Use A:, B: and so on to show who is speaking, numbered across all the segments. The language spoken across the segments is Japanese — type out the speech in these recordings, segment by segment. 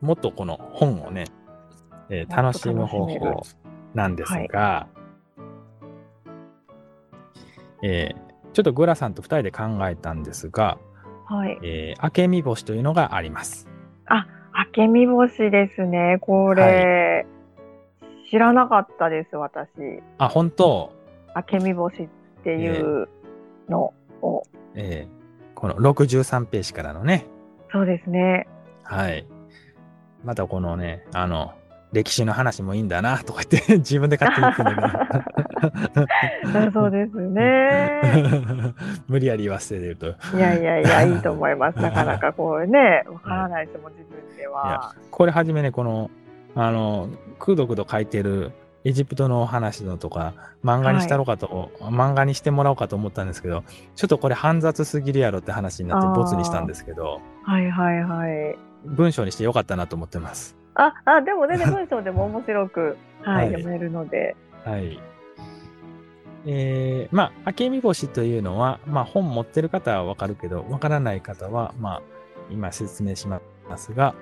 A: もっとこの本をね、えー楽しむ方
B: もっと
A: 法
B: 楽
A: なんですが、えーちょっとグラさんと2人で考えたんですが、
B: はい。
A: えー、明美星というのがあります。
B: 明け星ですね。これ、知らなかったです、私。
A: あ、本当、
B: 明け星っていうのを。
A: えーこの63ページからのね、
B: そうですね。
A: はい。またこのね、あの、歴史の話もいいんだなとか言って 自分で勝手に 言って
B: そうです ね。
A: ね。無理やり言わせると。い
B: いやいやいや、いいと思います。なかなかこうね、わからないですもん、自分で
A: や
B: は。
A: これはじめね、この、あの、くどくど書いてるエジプトのお話のとか、漫画にしたろうかと、漫画にしてもらおうかと思ったんですけど、ちょっとこれ煩雑すぎるやろって話になって、ボツにしたんですけど、
B: はいはいはい。
A: 文章にしてよかったなと思ってます。
B: あ、あ、でも 全然文章でも面白く、は
A: は
B: い、
A: い
B: 読めるので。
A: はい。えー、まあ、明美星というのは、まあ、本持ってる方はわかるけど、わからない方は、まあ、今説明しますが、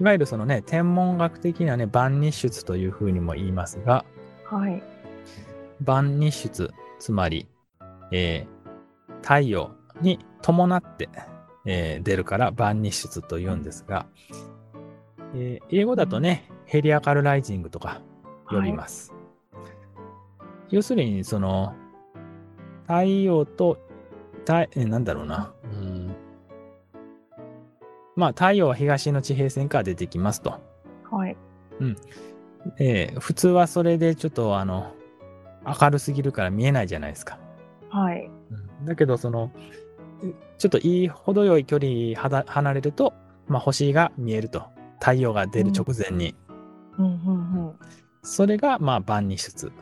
A: いわゆるそのね、天文学的なね、万日出というふうにも言いますが、
B: はい。
A: 万日出、つまり、えー太陽に伴って、えー出るから万日出と言うんですが、えー英語だとね、ヘリアカルライジングとか呼びます。要するに、その、太陽と、太えーなんだろうな、うんまあ、太陽は東の地平線から出てきますと。
B: はい。
A: えー普通はそれでちょっとあの明るすぎるから見えないじゃないですか。
B: はい。
A: だけどそのうちょっといい程よい距離はだ離れると、まあ、星が見えると太陽が出る直前に、
B: うんうん
A: それがまあ万日出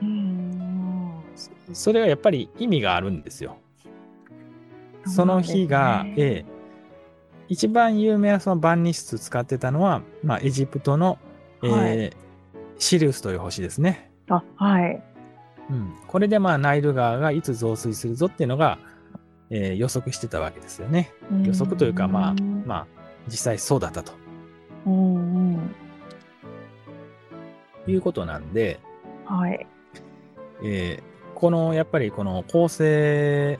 B: うん。うん。
A: そそれはやっぱり意味があるんですよ。
B: そ
A: そう
B: な
A: の
B: んですね
A: 日が、ええ一番有名なその万日出使ってたのは、まあ、エジプトの、えーシリウスという星ですね。
B: あ、はい。
A: うん、これでまあナイル川がいつ増水するぞっていうのが、えー予測してたわけですよね。予測というかまあ、まあ、実際そうだったと
B: あ。うんうん。
A: いうことなんで、
B: はい。
A: えーこのやっぱりこの構成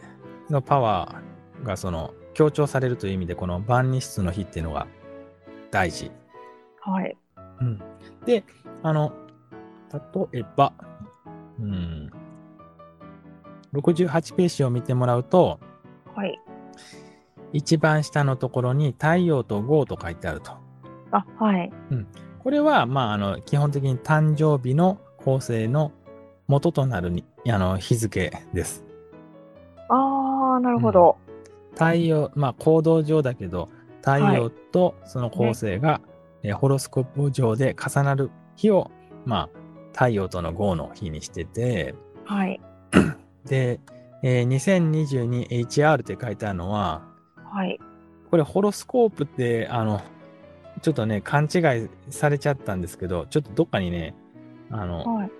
A: のパワーがその強調されるという意味でこの万日出の日っていうのが大事。
B: はい。
A: うん、であの例えば、うん、68ページを見てもらうと、
B: はい。
A: 一番下のところに太陽と号と書いてあると。
B: あ、はい。
A: これは、まあ、あの基本的に誕生日の構成の元となるにあの日付です。
B: ああ、なるほど。
A: 太陽、まあ、行動上だけど、太陽とその構成が、えーホロスコープ上で重なる日を、まあ、太陽との号の日にしてて、
B: はい。
A: で、えー 2022HR って書いてあるのは、
B: はい。
A: これホロスコープってあのちょっとね勘違いされちゃったんですけどちょっとどっかにねあの
B: はい。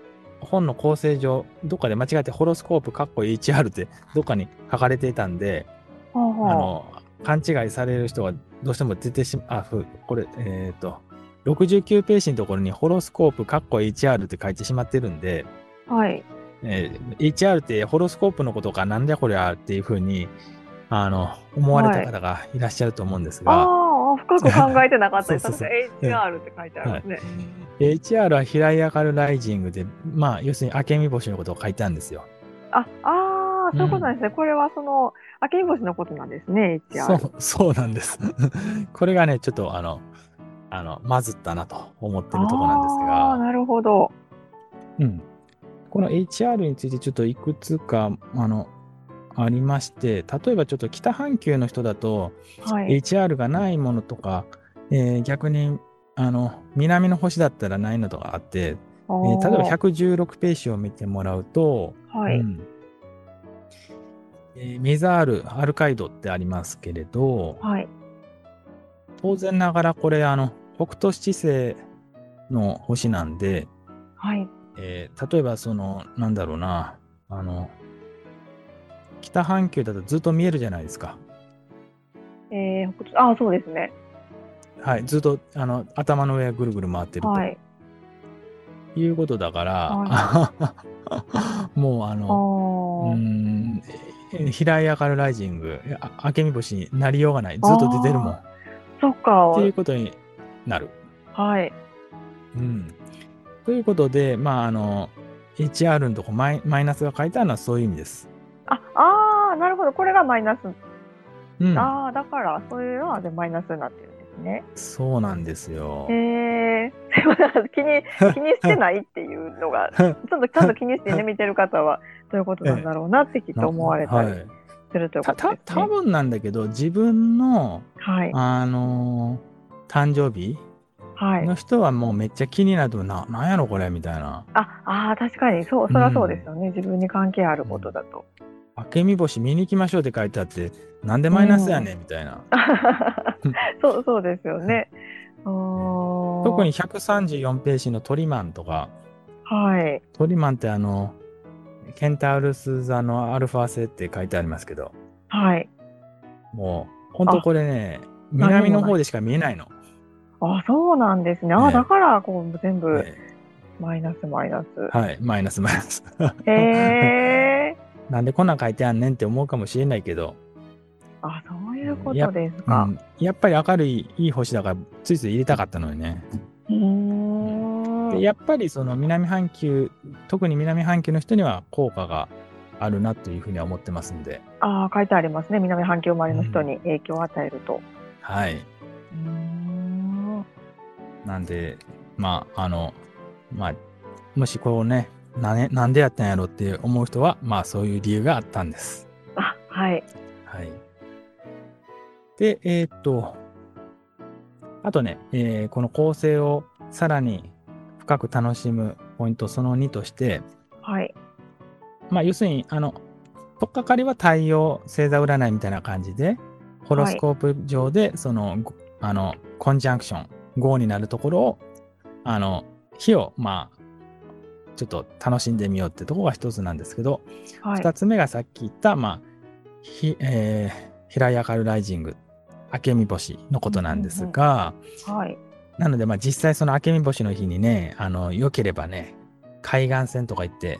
A: 本の構成上どっかで間違えてホロスコープかっこ HR ってどっかに書かれていたんで
B: はあ
A: あ
B: は
A: の勘違いされる人がどうしても出てしまあふこれえっ、と69ページのところにホロスコープかっこ HR って書いてしまってるんで、
B: あ。はい。
A: えー HR ってホロスコープのことかなんじゃこりゃっていうふうにあの思われた方がいらっしゃると思うんですが、
B: あーあ、深く考えてなかったです。
A: そうそうそう
B: 私 HR って書いてあるんですね。
A: HR は平井明るライジングで、まあ、要するに明美星のことを書いたんですよ。
B: あ、ああ、そういうことなんですね。これはその、明け星のことなんですね、
A: そ
B: HR。
A: うそうなんです。 これがね、ちょっとあの、あの、まずったなと思ってるところなんです
B: ああ、
A: が、
B: なるほど。
A: うん、この HR についてちょっといくつか、あの、ありまして、例えばちょっと北半球の人だと、
B: はい。
A: HR がないものとか、えー逆に、あの、南の星だったらないのとかあって、えー例えば116ページを見てもらうと、
B: ばは
A: う
B: い。
A: んえーメザール、アルカイドってありますけれど、
B: はい。
A: 当然ながらこれ、あの、北斗七星の星なんで、
B: はい。
A: えー例えばその、なんだろうな、あの、北半球だとずっと見えるじゃないですか。
B: えー、北斗ああ、そうですね。
A: はい、ずっとあの頭の上をぐるぐる回ってる
B: はい。
A: ということだから、 もうあ
B: あ
A: の、うー
B: ー
A: ん、平井明るライジング、あ明美星になりようがない、ずっと出てるもん。っ
B: そっか。
A: ていうことになる。
B: はい。
A: うん、ということで、まあ、あの、HR のとこマイマイナスが書いてあるのはそういう意味です。
B: あ、あーなるほど。これがマイナス。
A: うん、
B: ああ、だから、そういうのはでマイナスになってるんですね。
A: そうなんですよ
B: へ。えー。 すいません気に、気にしてないっていうのが、ちょっと、ちゃんと気にしてね、見てる方は、どういうことなんだろうなってきっと思われた
A: はい
B: りするというこ
A: たた
B: とですね
A: 多。分なんだけど自分の、
B: はい。
A: あのー誕生日
B: はい。
A: の人はもうめっちゃ気になってもななんやろこれみたいな
B: あ、あー確かに、そう、それはそうですよね。自分に関係あることだと。
A: 「明美星見に行きましょう」って書いてあってなんでマイナスやねんみたいな、
B: そう、そうですよね。あー
A: 特に134ページのトリマンとか
B: はい。
A: トリマンってあのケンタウルス座のアルファ星って書いてありますけど
B: はい。
A: もう本当これね
B: 何もない
A: 南の方でしか見えないの。
B: あ、そうなんですね。あー、
A: ね
B: だから、こう、全部、
A: ね
B: マイナス、マイナス。
A: はい、マイナスマイナス。
B: へえ。
A: なんでこんなん書いてあんねんって思うかもしれないけど、
B: あ、そういうことですか
A: う。んやっぱり明るいいい星だからついつい入れたかったのよね。
B: うーん。
A: でやっぱりその南半球特に南半球の人には効果があるなというふうには思ってますんで、
B: ああ、書いてありますね。南半球生まれの人に影響を与えると。
A: はい、
B: うーん。
A: なんでまああのまあもしこうねなねなんでやったんやろって思う人はまあそういう理由があったんです。
B: あ、はい。
A: はい、でえーっとあとね、えーこの構成をさらに深く楽しむポイントその2として、
B: はい。
A: まあ、要するに、あの、とっかかりは太陽星座占いみたいな感じで、ホロスコープ上で、その、ごあの、コンジャンクション、号になるところを、あの、日を、まあ、ちょっと楽しんでみようってとこが一つなんですけど、
B: はい。
A: 二つ目がさっき言った、まあ、ひ、えー、平井明るライジング、明美星のことなんですが、
B: はい。
A: なので、まあ、実際その明美星の日にね、あの、良ければね、海岸線とか行って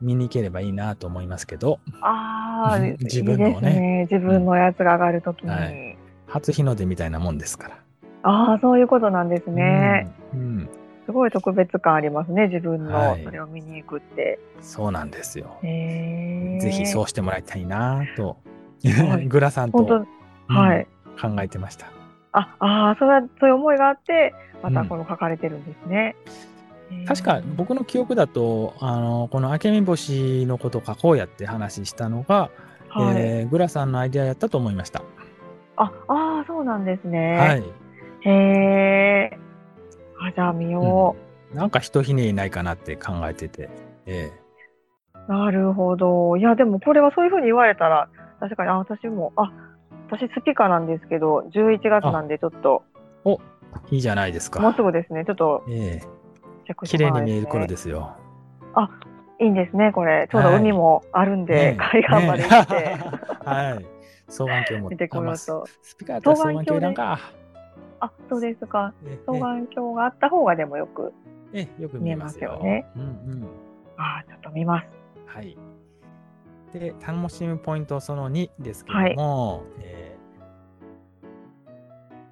A: 見に行ければいいなと思いますけど、
B: ああ、いいです
A: 自分のをね
B: ね。自分のやつが上がるときに。
A: はい初日の出みたいなもんですから。
B: ああ、そういうことなんですね。
A: うん、うん
B: すごい特別感ありますね。自分
A: は
B: の
A: い
B: それを見に行くって。
A: そうなんですよ。
B: へえ。。
A: ぜひそううしてもらいたいなと、
B: は い
A: グラさんと、
B: 本当、
A: うん
B: はい。
A: 考えてました。
B: あ、ああ、それはそういう思いがあって、また
A: うん
B: この書かれてるんですね。
A: 確か僕の記憶だと、あの、この明美星のこと書こうやって話したのが、
B: はい。
A: えーグラさんのアイデアやったと思いました。
B: あ、ああ、そうなんですね。
A: はい。
B: へえ。あ、じゃあ見よ
A: うんなんかひとひねりないかなって考えてて、ええ
B: う。なるほど。いや、でもこれはそういうふうに言われたら、確かに、あ、私も、あ、私スピカなんですけど、11月なんでちょっと、
A: いいじゃないですか。
B: もうすぐですね、ちょっと
A: ええ
B: チェックして
A: 綺麗に見える頃ですよ。
B: いいんですね、これ。ちょうど海もあるんで、
A: ねえ
B: 海岸まで行って、
A: ね えはい。双眼鏡も
B: 見てこよう と。
A: スピカーやったら双
B: 双
A: 眼鏡
B: 眼
A: い
B: 鏡
A: らんか。
B: あ、そうですか。
A: ええ
B: 双眼鏡があった方がでもよく。
A: ええええよく見えますよ。
B: 見え
A: うんうん。
B: あー、ちょっと見ます。
A: はい。で、楽しむポイントその2ですけども、えー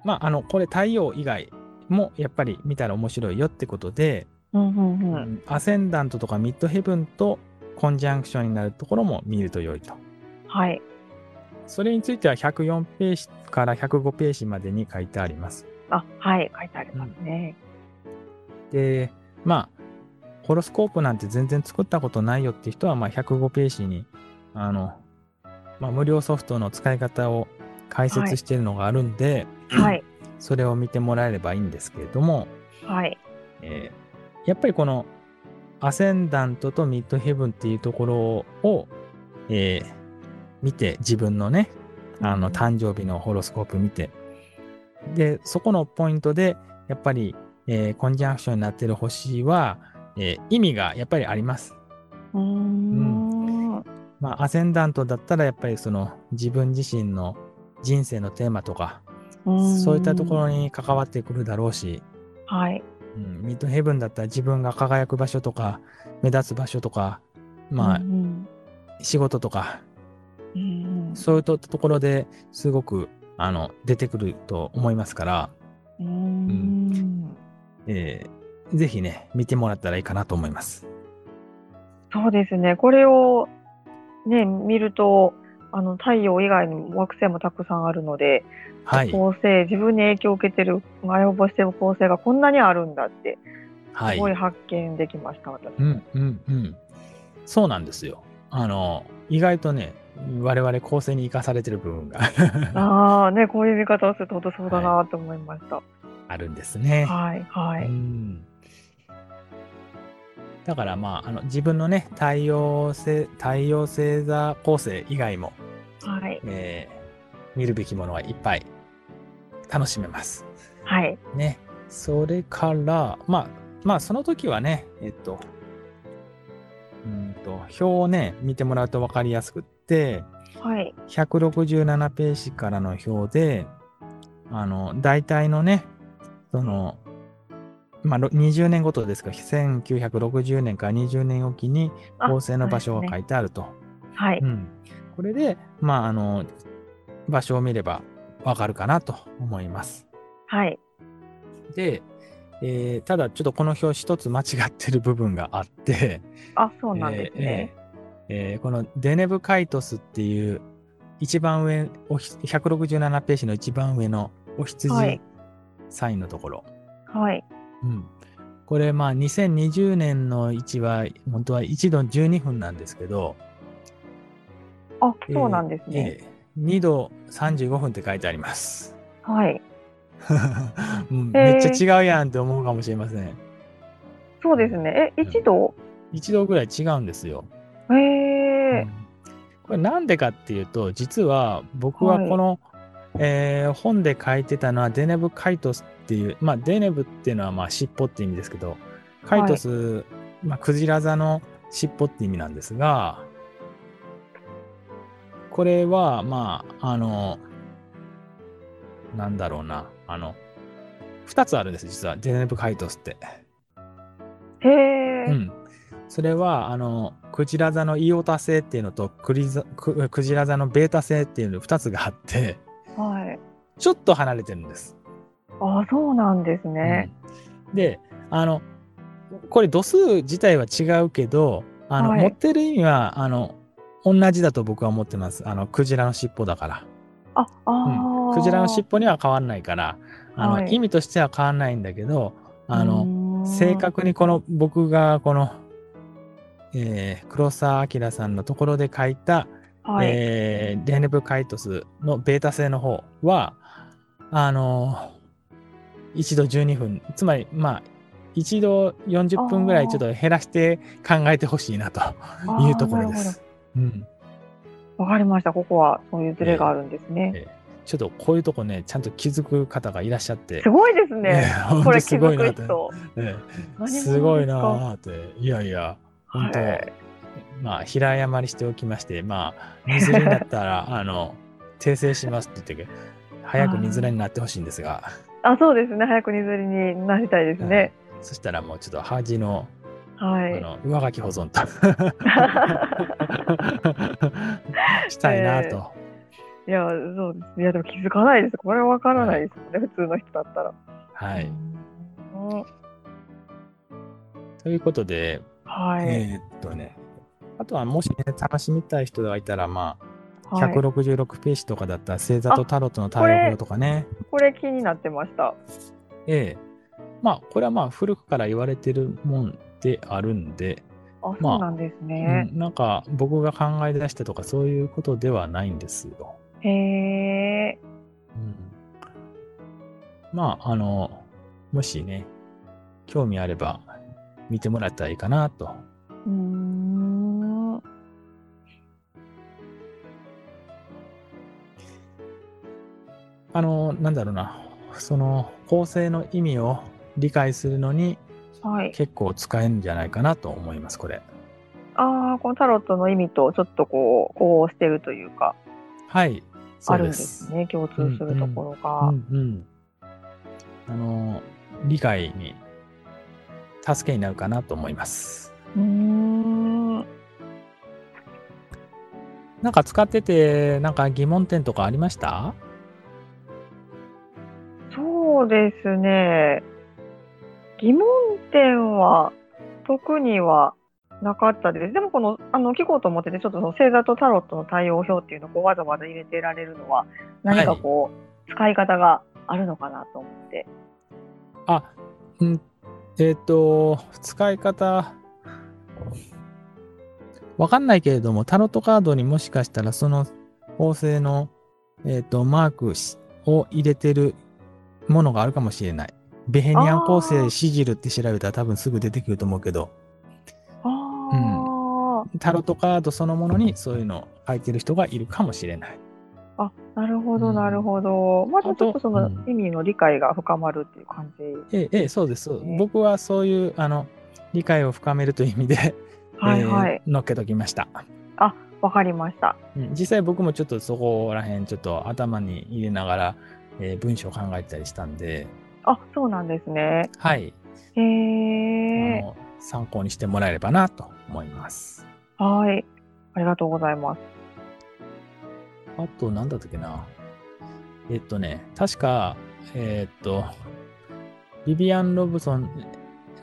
A: まあ、あの、これ太陽以外もやっぱり見たら面白いよってことで、
B: うんうんうん。
A: アセンダントとかミッドヘブンとコンジャンクションになるところも見ると良いと。
B: はい。
A: それについては104ページから105ページまでに書いてあります。
B: あ、はい、書いてありますね。
A: で、まあ、ホロスコープなんて全然作ったことないよって人は、まあ、105ページに、あの、まあ、無料ソフトの使い方を解説しているのがあるんで、
B: はい、
A: それを見てもらえればいいんですけれども、
B: はい、
A: えーやっぱりこの、アセンダントとミッドヘブンっていうところを、えー見て、自分のね、あの誕生日のホロスコープ見てでそこのポイントでやっぱり、えーコンジャンクションになってる星は、えー意味がやっぱりあります。
B: うーん。
A: まあ、アセンダントだったらやっぱりその自分自身の人生のテーマとか
B: ん
A: そういったところに関わってくるだろうし、
B: はい。
A: うん、ミッドヘブンだったら自分が輝く場所とか目立つ場所とかまあ
B: うん
A: 仕事とか、
B: うんうん
A: そういったところですごくあの出てくると思いますから、
B: うんうん
A: えーぜひね見てもらったらいいかなと思います。
B: そうですね。これをね見るとあの太陽以外の惑星もたくさんあるので、
A: はい、
B: 恒星自分に影響を受けてる前をしてる恒星がこんなにあるんだって
A: は
B: す
A: い、
B: ごい発見できまし た、私。
A: うんうんうん、そうなんですよ。あの意外とね我々構成に生かされてる部分が
B: ああねこういう見方をすると本当そうだなと思いました。
A: あるんですね。
B: はいは
A: う
B: い。
A: んだからまああの自分のね太陽星太陽星座構成以外も、
B: はい。
A: えー見るべきものはいっぱい楽しめます。
B: はい。
A: ね。それからまあまあその時はねえっとうーんと表をね見てもらうと分かりやすくって
B: はい。
A: 167ページからの表であの大体のねそのまあ、ろ20年ごとですか1960年から20年おきに
B: あ
A: 構成の場所
B: そうで
A: が書
B: すね
A: いてあると。
B: はい。
A: うん、これで、まあ、あの場所を見ればわかるかなと思います。
B: はい。
A: で、えーただちょっとこの表一つ間違ってる部分があって、
B: あそうなんですね。
A: えーえーえーこのデネブカイトスっていう一番上おひ167ページの一番上のお
B: は
A: 羊
B: い
A: サインのところ、
B: はい。
A: うん、これまあ2020年の位置は本当は1度12分なんですけど、
B: あ
A: えー
B: そうなんですね。
A: えー2度35分って書いてあります、
B: はい。
A: うん
B: へー
A: めっちゃ違うやんって思うかもしれません
B: そうですね。え
A: うん
B: 一度、
A: 1度ぐらい違うんですよ
B: ええ
A: うんこれなんでかっていうと実は僕は
B: はい
A: この、えー本で書いてたのはデネブ・カイトスっていう、まあ、デネブっていうのはまあ尻尾って意味ですけどカイトス、まあ、クジラ座の尻尾って意味なんですがこれはまああのなんだろうなあの2つあるんです実はデネブ・カイトスって。
B: へえ、
A: うん、それはあのクジラ座のイオタ星っていうのとクリザククジラ座のベータ星っていうの2つがあって
B: はい。
A: ちょっと離れてるんです。
B: あそうなんですね。
A: うんであのこれ度数自体は違うけどあの、
B: はい
A: 持ってる意味はあの同じだと僕は思ってますあのクジラの尻尾だから、
B: ああ
A: うん
B: ー、
A: クジラの尻尾には変わんないからあの、
B: はい
A: 意味としては変わんないんだけどあの、
B: の
A: 正確にこの僕がこの、えー黒澤明さんのところで書いた、
B: はい、
A: えーレネブカイトスのベータ製の方はあのー、1度12分つまりまあ1度40分ぐらいちょっと減らして考えてほしいなと
B: あー
A: いうところで
B: なる
A: す。うん
B: ほどわかりました。ここはそういうズレがあるんですね。
A: えーちょっとこういうとこねちゃんと気づく方がいらっしゃって
B: す。ごいです ね。
A: えー
B: これ気
A: ほんとすご
B: づ
A: いな
B: く
A: と
B: 人。
A: ええ
B: 何者ですか
A: すごいなあっていやいや本当、
B: はい
A: まあ平謝りしておきましてまあ 水になったらあの訂正しますって言って早く水になってほしいんですが、
B: あ、そうですね。早く荷ずりになりたいです
A: はい
B: ね。
A: そしたらもうちょっと恥の,、
B: は
A: あ
B: い。
A: の上書き保存 としたいなと、
B: いや、そうです。いや、でも気づかないです。これわからないですもんね。普通の人だったら。
A: はい。
B: うん
A: ということで、
B: はい。
A: えーっとねあとはもしね楽しみたい人がいたらまあ、
B: はい
A: 166ページとかだったら星座とタロットの対応法とかね
B: これ気になってました。
A: ええ。まあ、これはまあ、古くから言われてるもんであるんで、
B: あ、
A: まあ
B: そうなんですね。
A: うんなんか僕が考え出したとかそういうことではないんですよ。
B: へえ。
A: うん、まあ、あの、もしね、興味あれば見てもらったらいいかなと。
B: うーん。
A: あの、なんだろうな、その構成の意味を理解するのに
B: はい。
A: 結構使えるんじゃないかなと思います、これ。
B: ああ、このタロットの意味とちょっとこう、こうしてるというか。
A: はい、そ
B: あ
A: う
B: るん
A: で
B: です
A: す。
B: ね共通するところ
A: う
B: が。
A: んうん。あのー、理解に、助けになるかなと思います。
B: うーん
A: なんか使ってて、なんか疑問点とかありました
B: そうですね。疑問点は特にはなかったです。でもこのあの聞こうと思っててちょっとその星座とタロットの対応表っていうのをこうわざわざ入れてられるのは何かこう、使い方があるのかなと思って。
A: あ、うん、えっ、と、使い方、わかんないけれども、タロットカードにもしかしたらその構成の、えっ、と、マークしを入れてるものがあるかもしれない。ベヘニアン構
B: あ
A: 成
B: ー
A: シジルって調べたら多分すぐ出てくると思うけど、
B: あー
A: タロットカードそのものにそういうのを書いてる人がいるかもしれない。
B: あなるほ
A: う
B: ど
A: ん
B: なるほど。まあ、ちょ
A: あ
B: っ
A: と
B: とそうの
A: ん
B: 意味の理解が深まるっていう感じ。
A: ええ、ええ、そうです。
B: ね
A: 僕はそういう、あの、理解を深めるという意味で、
B: はいはい。
A: えー乗っけときました。
B: あわかりました。
A: うん実際僕もちょっとそこら辺ちょっと頭に入れながら、えー文章を考えてたりしたんで、
B: あそうなんですね。
A: はい、
B: へ
A: あ
B: え。
A: の参考にしてもらえればなと思います。
B: はい。ありがとうございます。
A: あと何だったっけなえっとね確かえーっとビビアン・ロブソン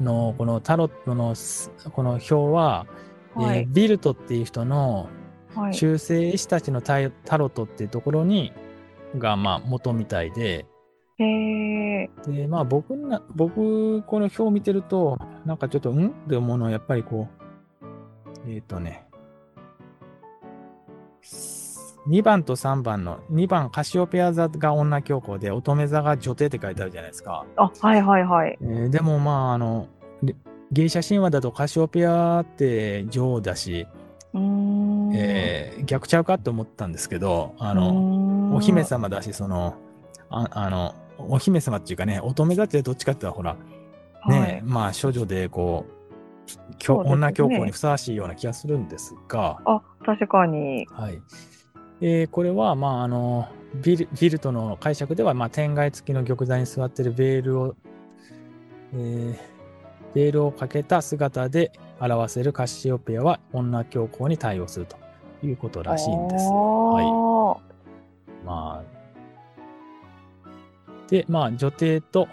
A: のこのタロットのすこの表は、
B: は
A: えー
B: い。
A: ビルトっていう人の
B: はい。
A: 中世絵師たちのタイタロットっていうところにがまあ元みたいで、
B: へえ。
A: で、まあ僕な、僕、この表を見てると、なんかちょっと、んって思うのは、やっぱりこう、えっ、とね、2番と3番の、2番、カシオペア座が女教皇で、乙女座が女帝って書いてあるじゃないですか。
B: あ、はいはいはい。
A: えーでもまあ、あの、でギリシャ神話だとカシオペアって女王だし、
B: うーん。
A: えー逆ちゃうかと思ったんですけど、あ
B: あ
A: の、
B: の
A: お姫。様だし、その、ああの、お姫様っていうかね、乙女座ってどっちかっていうと、ほら、ね
B: はい。
A: まあ少女でこうき
B: そう
A: ょ
B: ですね
A: 女教皇にふさわしいような気がするんですが、
B: あ、確かに。
A: はいえーこれはまああのビルビルトの解釈では、まあ、天外付きの玉座に座ってるベールを、えーベールをかけた姿で表せるカシオペアは女教皇に対応するということらしいんです。はい
B: は
A: まあ、で、まあ、女帝と、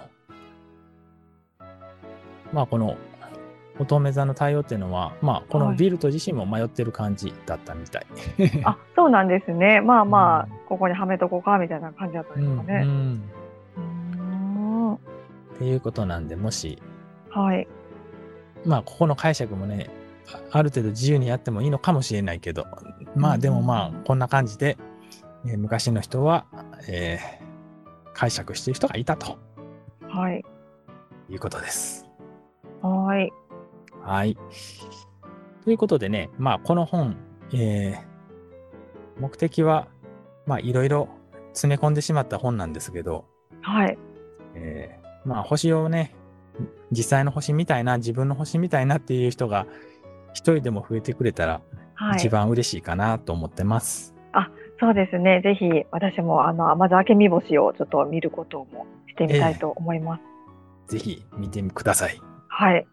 A: まあ、この乙女座の対応っていうのは、まあ、こ
B: は
A: の
B: い
A: ビルト自身も迷ってる感じだったみたい。
B: い。あ、そうなんです ね。まあまあ
A: う、
B: ここにはめとこうかみたいな感じだったん
A: う
B: です
A: ん
B: か
A: う
B: ね。
A: ん
B: うーん。
A: っていうことなんで、もし、
B: はい。
A: まあ、ここの解釈もね、あある程度自由にやってもいいのかもしれないけど、まあ、でもまあ、こんな感じで、えー昔の人は、えー解釈している人がいたと
B: はい。
A: いうことです。
B: はい。
A: はい。ということでね、まあ、この本、えー目的は、まあ、いろいろ詰め込んでしまった本なんですけど、
B: はい。
A: えーまあ、星をね、実際の星みたいな、自分の星みたいなっていう人が、一人でも増えてくれたら、
B: は
A: 一
B: い。
A: 番嬉しいかなと思ってます。
B: そうですね。ぜひ、私も、あの、まず明け見星をちょっと見ることもしてみたいと思います。
A: ぜひ見てください。
B: はい。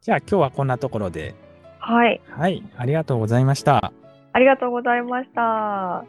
A: じゃあ、今日はこんなところで、
B: はい。
A: はい、ありがとうございました。
B: ありがとうございました。